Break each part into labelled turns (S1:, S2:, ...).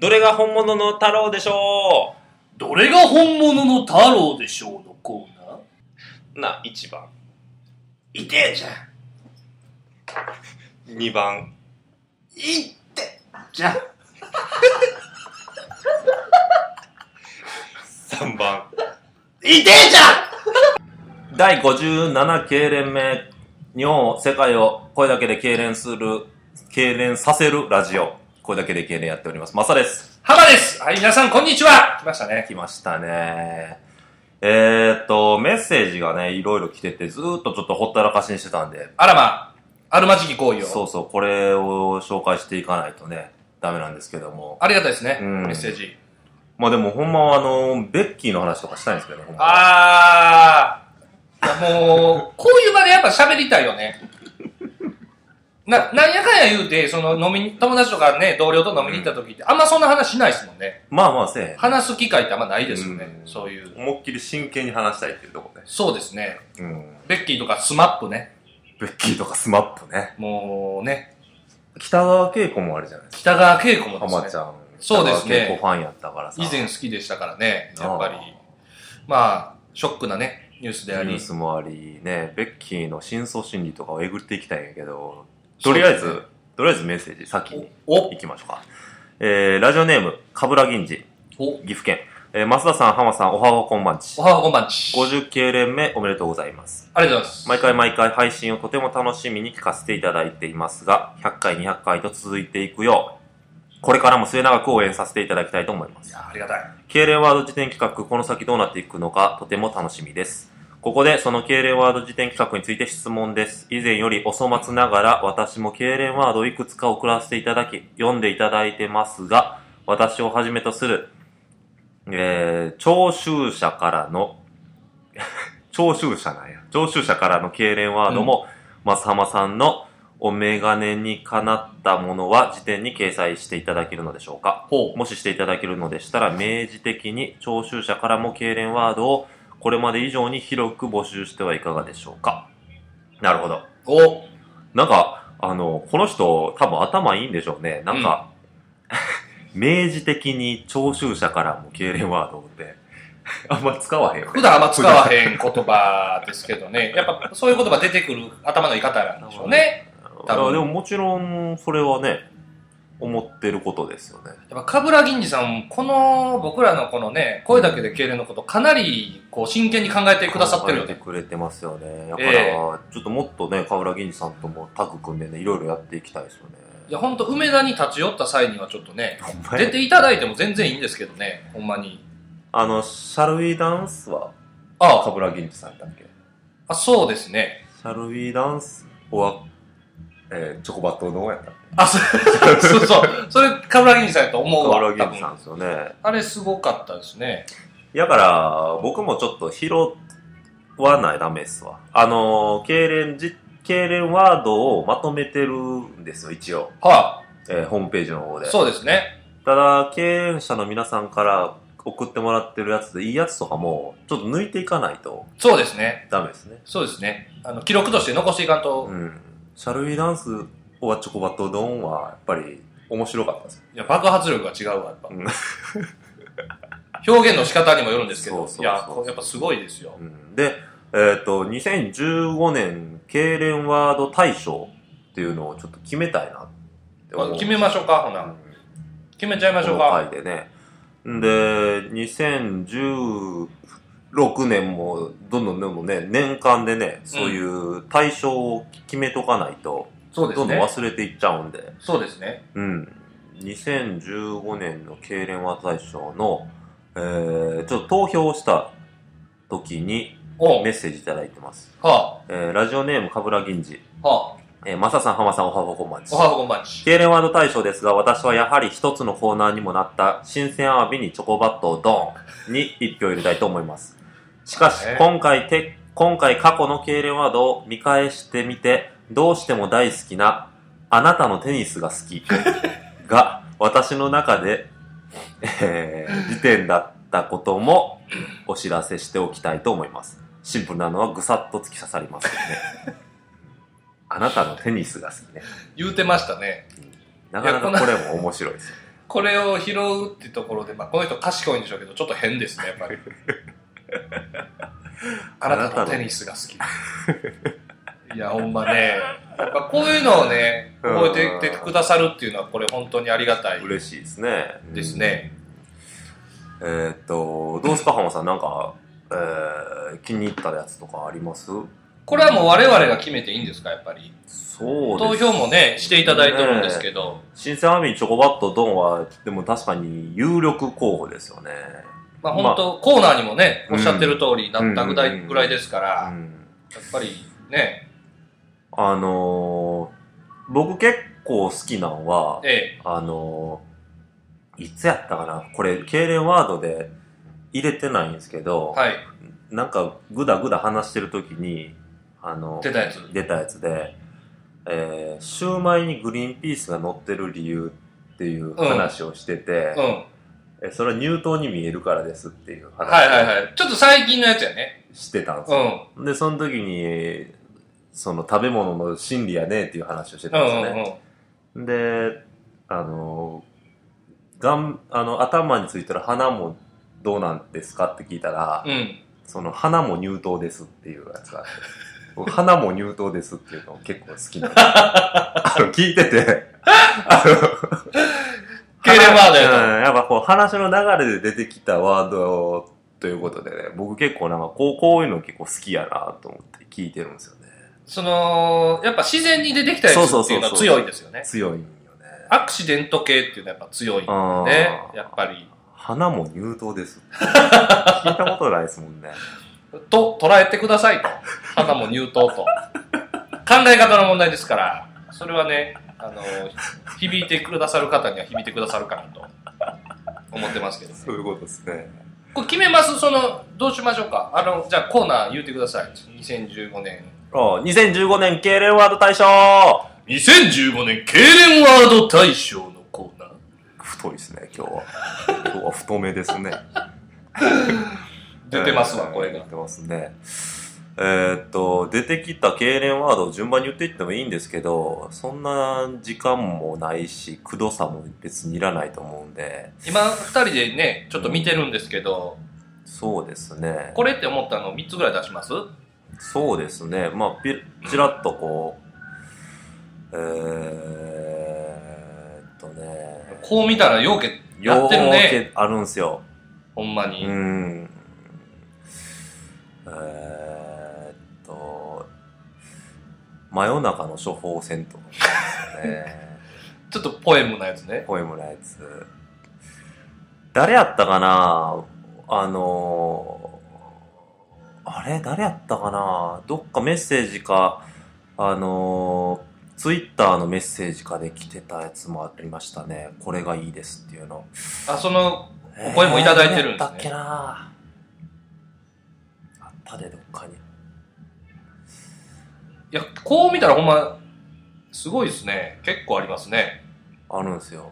S1: どれが本物の太郎でしょ
S2: どれが本物の太郎でしょうのコーナー
S1: うな、1番。
S2: いてえじゃん。
S1: 2番。
S2: いってじゃん。
S1: 3番。
S2: いてえじゃ
S3: 第57痙攣目、日本を、世界を、声だけで痙攣する、痙攣させるラジオ。声だけで痙攣やっております。マサです。
S2: ん浜ですはい、皆さんこんにちは来ましたね。
S3: 来ましたね。えーっと、メッセージがね、いろいろ来てて、ずーっとちょっとほったらかしにしてたんで、
S2: あらま、あるまじき行為を。
S3: そうそう、これを紹介していかないとね、ダメなんですけども。
S2: ありがたいですね、
S3: うん
S2: メッセージ。
S3: まあでも、ほんまはあの、ベッキーの話とかしたいんですけど、ほんまは
S2: あー、いやもう、こういう場でやっぱ喋りたいよね。 な、なんやかんや言うて、その飲みに、友達とかね、同僚と飲みに行った時って、あんまそんな話しないですもんね。
S3: まあまあせえへん。
S2: 話す機会ってあんまないですよね、
S3: うん
S2: そういう。
S3: 思いっきり真剣に話したいっていうところね。
S2: そうですね。
S3: うん。
S2: ベッキーとかスマップね。
S3: ベッキーとかスマップね。
S2: もうね、
S3: 北川景子もあるじゃないですか。
S2: 北川景子も
S3: 浜
S2: で
S3: ち
S2: すね、
S3: ゃん。
S2: そうですね
S3: 北川景子ファンやったからさ。
S2: 以前好きでしたからね、やっぱり
S3: あー。
S2: まあ、ショックなね、ニュースであり。
S3: ニュースもあり、ね、ベッキーの真相心理とかをえぐっていきたいんやけど、とりあえず、
S2: そうですね
S3: とりあえずメッセージ先に
S2: お、
S3: 行きましょうか。えー、ラジオネーム、かぶら銀次、
S2: お、
S3: 岐阜県。えー、増田さん、浜さん、おはようこんばんち
S2: お。はこんばんち。
S3: 50系連目おめでとうございます。
S2: ありがとうございます。
S3: 毎回毎回配信をとても楽しみに聞かせていただいていますが、100回、200回と続いていくよう、これからも末永く応援させていただきたいと思いま
S2: い
S3: す。
S2: や、ありがたい。
S3: 敬礼ワード辞典企画、この先どうなっていくのか、とても楽しみです。ここで、その敬礼ワード辞典企画について質問です。以前よりお粗末ながら、私も敬礼ワードをいくつか送らせていただき、読んでいただいてますが、私をはじめとする、えー、聴衆者からの、 聴衆者なんや。聴衆者からの敬礼ワードも、まさまさんのお眼鏡にかなったものは辞典に掲載していただけるのでしょうか
S2: ほう。
S3: もししていただけるのでしたら、明示的に聴衆者からも痙攣ワードをこれまで以上に広く募集してはいかがでしょうか。なるほど。
S2: お、
S3: なんか、あの、この人多分頭いいんでしょうね。なんか、 明示的に聴衆者からも痙攣ワードって、 あんま使わへんよね。
S2: 普段あんま使わへん言葉ですけど ね。やっぱそういう言葉出てくる頭の言い方なんでしょうね。多分
S3: あでももちろん、それはね、思ってることですよね。
S2: やっぱ、かぶら銀次さん、この、僕らのこのね、声だけで敬礼のこと、かなり、こう、真剣に考えてくださってるよ
S3: 考え
S2: ね。
S3: てくれてますよね。だから、
S2: ええ
S3: ちょっともっとね、河浦銀次さんともタッグ組んでね、いろいろやっていきたいですよね。
S2: いや、ほんと、梅田に立ち寄った際にはちょっとね、
S3: ほんまや
S2: 出ていただいても全然いいんですけどね、ほんまに。
S3: あの、シャルウィーダンスは、
S2: ああ、
S3: 河浦銀次さんだっけ
S2: あそうですね。
S3: シャルウィーダンスは、えー、チョコバットのやったっけ
S2: あ、そう そうそう。それ、かぶら銀次さんやと思う
S3: 河
S2: わ。
S3: 浦銀次さ
S2: 多分
S3: んですよね。
S2: あれ、すごかったですね。
S3: だから、僕もちょっと拾わないダメっすわ。あの、痙攣じ、痙攣ワードをまとめてるんですよ、一応。
S2: は
S3: えーホームページの方
S2: い、
S3: で。
S2: そうですね。
S3: ただ、経営者の皆さんから送ってもらってるやつで、いいやつとかも、ちょっと抜いていかないと
S2: そうですね。
S3: ダメですね。
S2: そうですね。あの、記録として残していかんと、
S3: うん。シャルウィダンス、オアチョコバットドンは、やっぱり、面白かったです。
S2: いや、爆発力が違うわ、やっぱ。
S3: うん
S2: 表現の仕方にもよるんですけ
S3: そ
S2: ど
S3: うそう、そう
S2: いや、こうやっぱすごいですよ。
S3: うん、で、えっ、と、2015年、経連ワード大賞っていうのをちょっと決めたいなって
S2: ま
S3: 思
S2: あ
S3: う。
S2: 決めましょうか、ほな。
S3: うん
S2: 決めちゃいましょう
S3: この
S2: か。
S3: 回でね。んで、2016年も、どんどんどんどんね、年間でね、そういう対象を決めとかないと、
S2: そうで
S3: ど
S2: す
S3: んどん
S2: ね。
S3: 忘れていっちゃうんで、
S2: そうですね。
S3: うん。2015年の経連和大賞の、えー、ちょっと投票した時に
S2: おう
S3: メッセージいただいてます。
S2: は
S3: えー、ラジオネーム、かぶら銀次。
S2: あ、はあ、
S3: えー、まささん、はまさん、おはこんばんち
S2: お。はこんばんち。
S3: 経連ワード大賞ですが、私はやはり一つのコーナーにもなった、新鮮アワビにチョコバットをドーンに一票入れたいと思います。しかし
S2: ね、
S3: 今回て、今回過去の経連ワードを見返してみて、どうしても大好きな、あなたのテニスが好きが、私の中で、えー、時点だったこともお知らせしておきたいと思います。シンプルなのはぐさっと突き刺さりますよね。あなたのテニスが好きね。
S2: 言うてましたね。
S3: なかない
S2: やこんな
S3: かこれも面白いですよ。
S2: これを拾うってところで、まあ、この人賢いんでしょうけど、ちょっと変ですね、や っぱり。あなたのテニスが好き。いや、ほんまね、やっぱこういうのをね、覚えていてくださるっていうのは、これ本当にありがたい
S3: 嬉しいですね。
S2: ですね。
S3: うん。えーっと、どうすか、浜さん、なんか、えー、気に入ったやつとかあります
S2: これはもう我々が決めていいんですか、やっぱり。
S3: そうで
S2: 投
S3: す
S2: 票もね、していただいてるんですけど、
S3: 新鮮アーミーチョコバットドンは、でも確かに有力候補ですよね。
S2: まあ本当、コーナーにもね、おっしゃってる通りになったぐら
S3: う
S2: い
S3: ん
S2: ぐらいですか
S3: う
S2: ら、
S3: ん。
S2: やっぱりね、
S3: あのー、僕結構好きなのは、
S2: ええ、
S3: あのー、いつやったかなこれ、痙攣ワードで入れてないんですけど、
S2: はい、
S3: なんか、ぐだぐだ話してる時に、あの、
S2: 出たやつ
S3: 出たやつで、えー、シューマイにグリーンピースが乗ってる理由っていう話をしてて
S2: う、ん。
S3: えそれは入党に見えるからですっていう
S2: はいはい
S3: 話を
S2: はい。ちょっと最近のやつやね。
S3: してたんです
S2: うん。
S3: よ。で、その時に、その食べ物の心理やねっていう話をして
S2: う
S3: たんですよ
S2: ん
S3: ね。
S2: うんうん。
S3: で、あの、がんあの頭についてる花もどうなんですかって聞いたら、
S2: うん。
S3: その花も入刀ですっていうやつ があって、僕花も入刀ですっていうの結構好き なんですあの聞いて て、あの、
S2: ケーレンワードやと
S3: うんやっぱこう話の流れで出てきたワードということでね、僕結構なんかこうこういうの結構好きやなと思って聞いてるんですよね。
S2: その、やっぱ自然に出てきたやつっていうのは強いですよね。
S3: 強いんよね。
S2: アクシデント系っていうのはやっぱ強いんだ
S3: あ
S2: ね。やっぱり。
S3: 花も入刀です。 聞いたことないですもんね。
S2: と、捉えてくださいと。花も入刀と。考え方の問題ですから、それはね、あの、響いてくださる方には響いてくださるかなと思ってますけどね。
S3: いうことですね。
S2: これ決めますその、どうしましょうかあの、じゃあコーナー言ってください。2015年。
S3: あ2015年敬礼ワード大賞
S2: 2015年、経連ワード大賞のコーナー。
S3: 太いですね、今日は。今日は太めですね。
S2: 出てますわ、
S3: えー
S2: これが
S3: 出。てますね。えーっと、出てきた敬礼ワードを順番に言っていってもいいんですけど、そんな時間もないし、くどさも別にいらないと思うんで、
S2: 今、二人でね、ちょっと見てるんですけど、
S3: そうですね。
S2: これって思ったの3つぐらい出します
S3: そうですね。まあ、ピちらっとこう、えーっとね、
S2: こう見たらようけやってる
S3: よ
S2: ね。
S3: うけあるんですよ。
S2: ほんま
S3: う
S2: に。
S3: ん。えーっと、真夜中の処方箋とかですね。
S2: ちょっとポエムなやつね。
S3: ポエムのやつ。誰やったかなあのーあれ誰やったかなどっかメッセージか、あのーツイッターのメッセージかで来てたやつもありましたね。これがいいですっていうの。
S2: あ、その、お声もいただいてるん
S3: えー誰やっ
S2: ですね
S3: たっけなあったで、どっかに。
S2: いや、こう見たらほんま、すごいですね。結構ありますね。
S3: あるんですよ。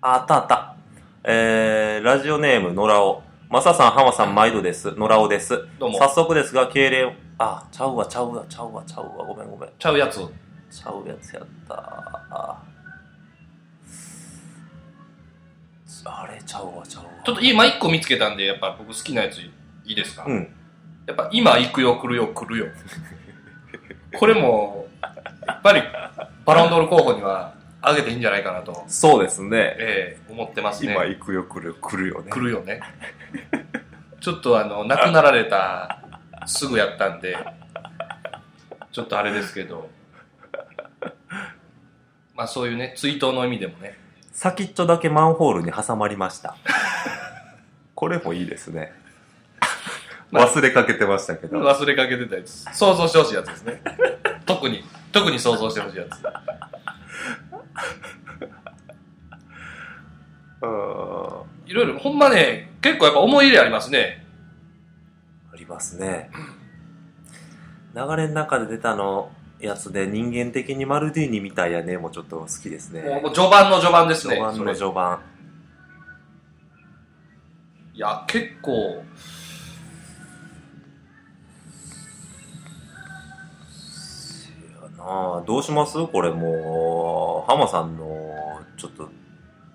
S3: ああったあった。えー、ラジオネーム、野良尾。マサさん、ハマさん、毎度です。野良尾です。
S2: どうも
S3: 早。速ですが、敬礼を。あ、ちゃうわ、ちゃうわ、ちゃうわ、ちゃうわ。ごめん、ごめん。
S2: ちゃうやつ。
S3: ちゃうやつやった。ああれ、ちゃうわ、ちゃうわ。
S2: ちょっと今一個見つけたんで、やっぱ僕好きなやついいですか、
S3: うん。
S2: やっぱ今行くよ、来るよ、来るよ。これも、やっぱりバロンドール候補には上げていいんじゃないかなと、
S3: そうですね。
S2: ええ思ってますね。
S3: 行くよ、来るよ、来るよね
S2: 来るよね。ちょっとあの、亡くなられた、すぐやったんで、ちょっとあれですけど、まあそういうね、追悼の意味でもね、
S3: 先っちょだけマンホールに挟まりま した。これもいいですね。忘れかけ てましたけど。
S2: 忘れかけてたやつ、想像してほしいやつですね。特に、特に想像してほしいやつ。
S3: あ
S2: いろいろ、ほんまね、結構やっぱ思い入れありますね。
S3: りますね。流れの中で出たのやつで人間的にマルディーニみたいやねもちょっと好きです
S2: もう
S3: ね
S2: も。う序盤の序盤ですね。
S3: 序盤の
S2: そ
S3: 序盤。
S2: れいや、結構、
S3: なあどうしますこれもう、ハマさんのちょっと、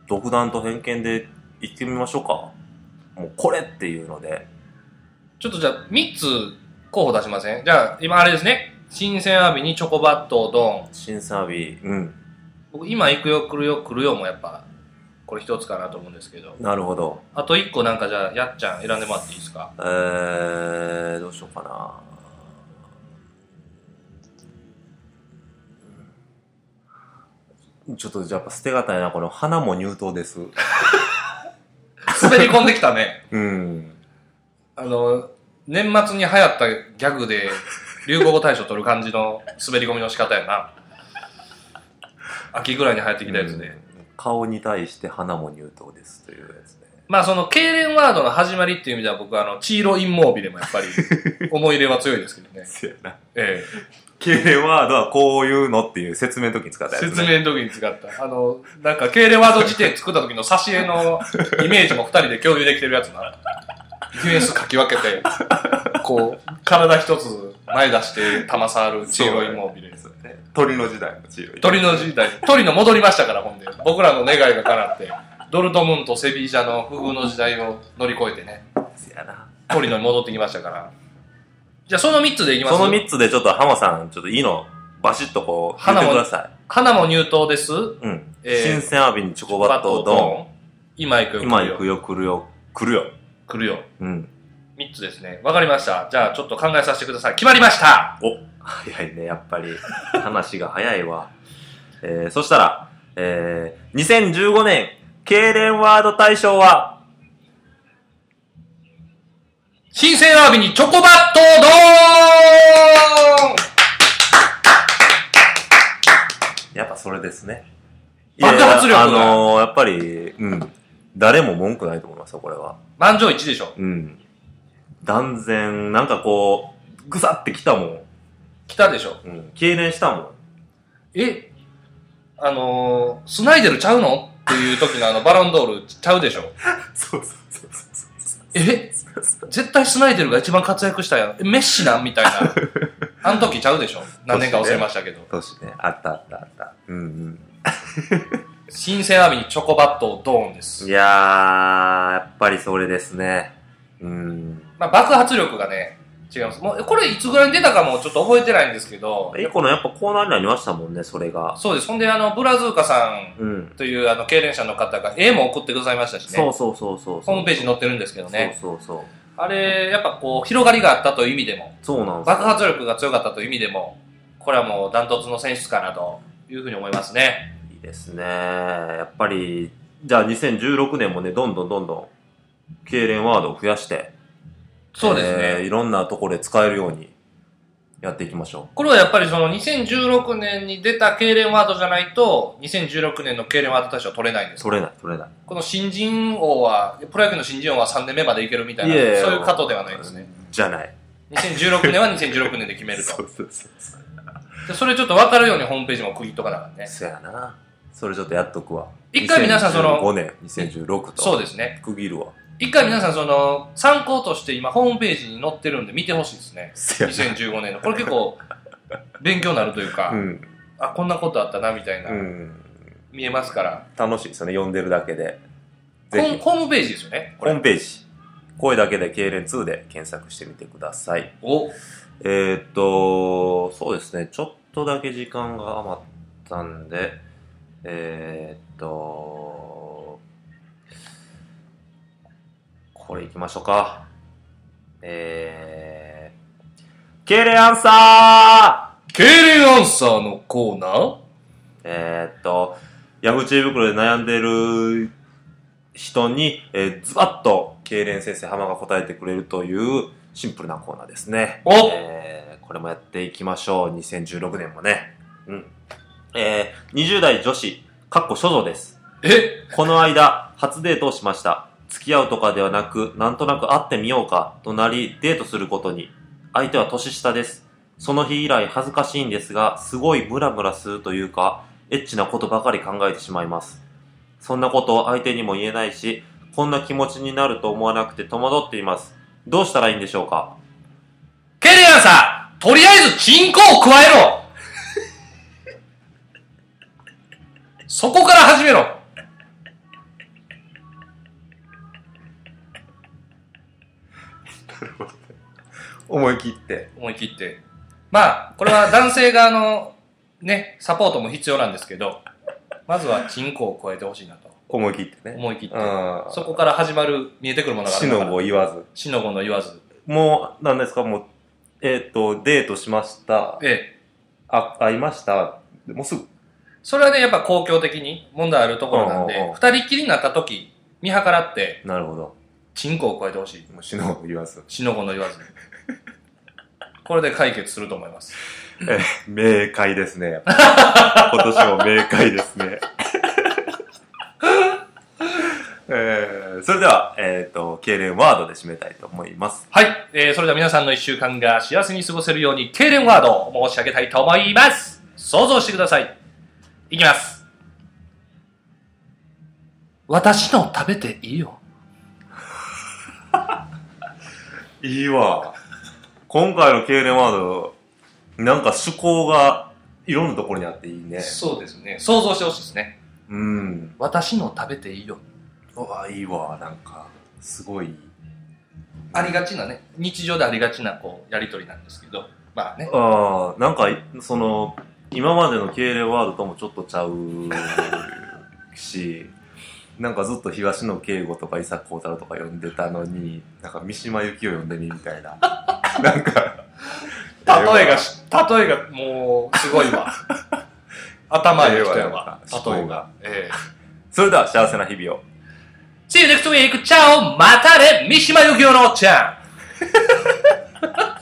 S3: 独断と偏見で行ってみましょうか。もうこれっていうので。
S2: ちょっとじゃあ、3つ候補出しませんじゃあ、今あれですね。新鮮アワビにチョコバット、ドン。
S3: 新サービー、うん。
S2: 僕、今行くよ、来るよ、来るよもやっぱ、これ一つかなと思うんですけど。
S3: なるほど。
S2: あと1個なんかじゃあ、やっちゃん選んでもらっていいで すか
S3: えー、どうしようかな。ちょっとやっぱ捨てがたいな、この花も入刀です。
S2: 滑り込んできたね。
S3: うん。
S2: あの、年末に流行ったギャグで、流行語大賞取る感じの滑り込みの仕方やな。秋ぐらいに流行ってきたやつで。
S3: うん顔に対して花も入刀ですというやつね。
S2: まあその、痙攣ワードの始まりっていう意味では僕はあの、チーロインモービルもやっぱり、思い入れは強いですけ どね。
S3: せやな。
S2: え
S3: 経営ワードはこういうのっていう説明の時に使っ
S2: え。
S3: たやつ、ね。
S2: 説明の時に使った。あの、なんか、痙攣ワード辞典作った時の挿絵のイメージも二人で共有できてるやつな。ディフェンス書き分けて、こう、体一つ前出して玉触るチーロインモービル。
S3: そうだね鳥の時代のチーロイ。
S2: 鳥の時代、鳥の戻りましたから、ほんで。僕らの願いが叶って、ドルトムント、セビージャの不遇の時代を乗り越えてね、
S3: せやな。
S2: 鳥のに戻ってきましたから。じゃあ、その3つでいきます
S3: その3つでちょっと浜さん、ちょっといいの、バシッとこう、言ってくださ
S2: 花も入刀です。
S3: い。うん。
S2: えー
S3: 新鮮アワビにチョコバットをド
S2: ン。今行く
S3: ン。
S2: よ。
S3: 今行くよ、来るよ、来るよ。
S2: 来るよ。
S3: うん。
S2: 3つですね。わかりました。じゃあ、ちょっと考えさせてください。決まりました
S3: お、早いね、やっぱり。話が早いわ。 えー、そしたら、えー、2015年、経連ワード大賞は、
S2: 新鮮アワビにチョコバットをドーン
S3: やっぱそれですね。
S2: 爆発力が
S3: いやいやあのー、やっぱり、うん。誰も文句ないと思いますよ、これは。
S2: 満場一致でしょ。
S3: うん。断然、なんかこう、ぐさってきたも
S2: 来たでしょ。
S3: ん。うん。経連したもん。
S2: えあのー、スナイデルちゃうのっていう時のあの、バロンドールちゃうでしょ。
S3: そうそうそうそうそう。
S2: え絶対スナイデルが一番活躍したやん。えメッシなんみたいな。あの時ちゃうでしょ。何年か忘れましたけど。
S3: 年ね、あったあったあった。うん
S2: 新鮮アワビにチョコバットをドーンで
S3: うん。
S2: す
S3: い。やー、やっぱりそれですね。うん。
S2: まあ、爆発力がね、違います。もう、これいつぐらいに出たかもちょっと覚えてないんですけど、
S3: 一個のやっぱコーナーになりましたもんね、それが。
S2: そうです。ほんで、あの、ブラズーカさん
S3: うん。
S2: という、あの、経連者の方が絵も送ってくださいましたしね。
S3: そうそうそうそう。
S2: ホームページに載ってるんですけどね。
S3: そうそうそう。
S2: あれ、やっぱこう、広がりがあったという意味でも、
S3: そうなんですよ
S2: 爆発力が強かったという意味でも、これはもうダントツの選出かなというふうに思いますね。
S3: いいですね。やっぱり、じゃあ2016年もね、どんどんどんどん、経連ワードを増やして、
S2: そうですね。
S3: えーいろんなところで使えるようにやっていきましょ
S2: これはやっぱりその2016年に出た経連ワードじゃないと、2016年の経連ワード大賞は取れないんで
S3: う。
S2: す。
S3: 取れない、取れない。
S2: この新人王は、プロ野球の新人王は3年目までいけるみたいな、
S3: いえいえ
S2: そういう過程ではないですね。
S3: じゃない。
S2: 2016年は2016年で決める
S3: そ
S2: と。
S3: うそうそうそう。
S2: でそれちょっと分かるようにホームページも区切っとかなあかんね。
S3: そやな。それちょっとやっとくわ。
S2: 一回皆さんその
S3: 5年、2016と。
S2: そう
S3: で
S2: ですね。
S3: す。区切るわ。
S2: 一回皆さんその、参考として今ホームページに載ってるんで見てほしいですね。
S3: せや
S2: 2015年の。これ結構、勉強になるという
S3: な。
S2: か、
S3: うん。
S2: あ、こんなことあったな、みたいな、
S3: うん。
S2: 見えますから。
S3: 楽しいですよね、読んでるだけで。
S2: ホーム
S3: ぜ
S2: ホームページですよね
S3: ひ、。ホームページ、声だけで経連2で検索してみてください。
S2: お、
S3: えー、っと、そうですね、ちょっとだけ時間が余ったんで、えー、っと、これいきましょうか。えー、敬礼アンサー
S2: 敬礼アンサーのコーナー
S3: えー、っと、ヤフー知恵袋で悩んでる人に、えー、ズバッと敬礼先生浜が答えてくれるというシンプルなコーナーですね。
S2: お
S3: えーこれもやっていきましょう。2016年もね。うん。えー20代女子、かっこ処女です。
S2: え
S3: この間、初デートをしました。付き合うとかではなく、なんとなく会ってみようか、となり、デートすることに。相手は年下です。その日以来恥ずかしいんですが、すごいムラムラするというか、エッチなことばかり考えてしまいます。そんなことを相手にも言えないし、こんな気持ちになると思わなくて戸惑っています。どうしたらいいんでしょうか
S2: 敬礼アンサーとりあえずチンコを加えろそこから始めろ
S3: 思い切って。
S2: 思い切って。まあ、これは男性側のね、サポートも必要なんですけど、まずは人口を超えてほしいなと。
S3: 思い切ってね。
S2: 思い切って
S3: う。ん。
S2: そこから始まる、見えてくるものがあ
S3: 死
S2: るから。
S3: のを言わず。
S2: 死の子の言わず。
S3: もう、何ですか、もう、えっ、と、デートしました。
S2: ええ。
S3: あ、会いました。もうすぐ。
S2: それはね、やっぱ公共的に問題あるところなん
S3: うんうんう
S2: で
S3: ん、
S2: 二人っきりになった時、見計らって、
S3: なるほど。
S2: 人口を超えてほしい。
S3: もう死のを言わず。
S2: 死の子の言わず。これで解決すると思います。
S3: えー、明快です ね。やっぱ今年も明快ですね。 えー、それでは、えっ、と、経連ワードで締めたいと思います。
S2: はい。えー、それでは皆さんの一週間が幸せに過ごせるように、経連ワードを申し上げたいと思います。想像してください。いきます。私の食べていいよ。
S3: いいわ。今回の経連ワード、なんか趣向がいろんなところにあっていいね。
S2: そうですね。想像してほしいですね。
S3: うん。
S2: 私の食べていいよ。
S3: うわ、いいわ。なんか、すごい。
S2: ありがちなね、日常でありがちな、こう、やりとりなんですけど、まあね。
S3: ああ、なんか、その、今までの敬礼ワードともちょっとちゃうし、なんかずっと東野敬吾とか伊坂幸太郎とか呼んでたのに、なんか三島由紀夫呼んでみみたいな。なんか、
S2: 例えがし、例えが、もう、すごい わ。頭いい人やわ。
S3: ええわ
S2: 例えが。ええ
S3: それでは幸せな日々を。
S2: See you next week! チャオまたね三島由紀夫のおっちゃん